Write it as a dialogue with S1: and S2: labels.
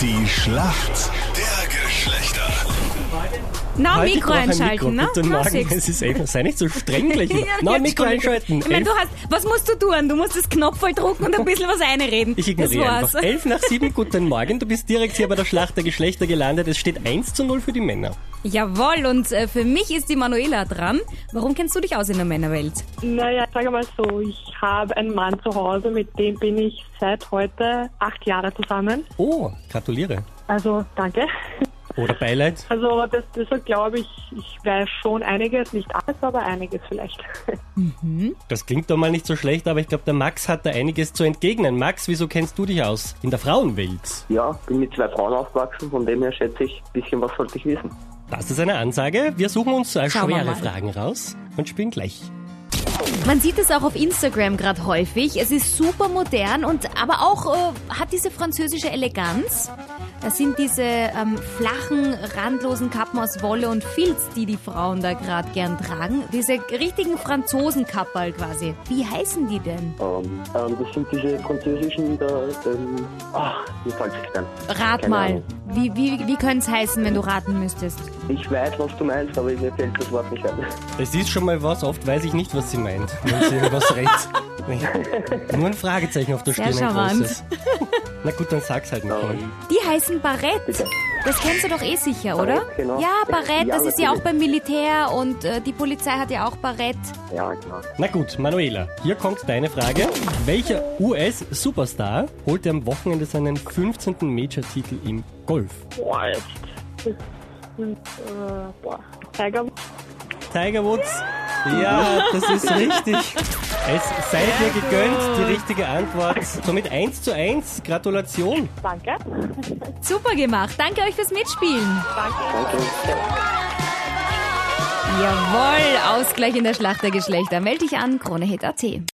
S1: Die Schlacht der Geschlechter.
S2: Na,
S3: Heute
S2: Mikro
S3: brauche ein
S2: einschalten, ne?
S3: Guten
S2: Na,
S3: Morgen,
S2: siehst.
S3: es ist elf, sei nicht so streng gleich.
S2: Ja,
S3: wieder. Na,
S2: jetzt
S3: Mikro
S2: schon.
S3: einschalten.
S2: Ich meine, du
S3: Elf-
S2: hast, was musst du tun? Du musst das Knopfball drucken und ein bisschen was einreden.
S3: ich ignoriere
S2: das war's.
S3: einfach. Elf nach sieben, guten Morgen. Du bist direkt hier bei der Schlacht der Geschlechter gelandet. Es steht 1 zu 0 für die Männer.
S2: Jawohl, und äh, für mich ist die Manuela dran. Warum kennst du dich aus in der Männerwelt?
S4: Naja, sage mal so, ich habe einen Mann zu Hause, mit dem bin ich seit heute acht Jahre zusammen.
S3: Oh, gratuliere.
S4: Also danke.
S3: Oder Beileid.
S4: Also das, deshalb glaube ich, ich weiß schon einiges, nicht alles, aber einiges vielleicht.
S3: Das klingt doch mal nicht so schlecht, aber ich glaube, der Max hat da einiges zu entgegnen. Max, wieso kennst du dich aus? In der Frauenwelt.
S5: Ja, bin mit zwei Frauen aufgewachsen, von dem her schätze ich, ein bisschen was sollte ich wissen.
S3: Das ist eine Ansage. Wir suchen uns äh,
S2: Schauen wir
S3: schwere
S2: mal.
S3: Fragen raus und spielen gleich.
S6: Man sieht es auch auf Instagram gerade häufig. Es ist super modern und aber auch äh, hat diese französische Eleganz. Das sind diese ähm, flachen, randlosen Kappen aus Wolle und Filz, die die Frauen da gerade gern tragen. Diese richtigen Franzosenkapperl quasi. Wie heißen die denn?
S5: Ähm, ähm, das sind diese französischen, da, ähm, ach, mir fällt es an.
S6: Rat
S5: Keine
S6: mal.
S5: Ahnung.
S6: Wie, wie, wie könnte es heißen, wenn du raten müsstest?
S5: Ich weiß, was du meinst, aber mir fällt das Wort nicht ein.
S3: Es ist schon mal was, oft weiß ich nicht, was sie meint, wenn sie irgendwas redet. Nur ein Fragezeichen auf der
S6: Sehr
S3: Stirn, ein
S6: charmant.
S3: großes. Na gut, dann sag's halt nicht.
S5: Ähm,
S6: Die heißen Barett.
S5: Bitte.
S6: Das kennst du doch eh sicher, oder?
S5: Barett, genau.
S6: Ja, Barett,
S5: Ja,
S6: das ist ja auch
S5: natürlich.
S6: beim Militär und äh, die Polizei hat ja auch Barett.
S5: Ja, genau.
S3: Na gut, Manuela, hier kommt deine Frage. Welcher US-Superstar holte am Wochenende seinen 15. Major-Titel im Golf?
S4: Boah, jetzt. Das sind, äh, boah. Tiger,
S3: Tiger Woods? Ja, das ist richtig. Es sei dir gegönnt, die richtige Antwort. Somit 1 zu 1, Gratulation.
S4: danke.
S6: Super gemacht. Danke euch fürs Mitspielen. Danke. Jawohl, Ausgleich in der Schlacht der Geschlechter. Meld dich an, kronehit.at.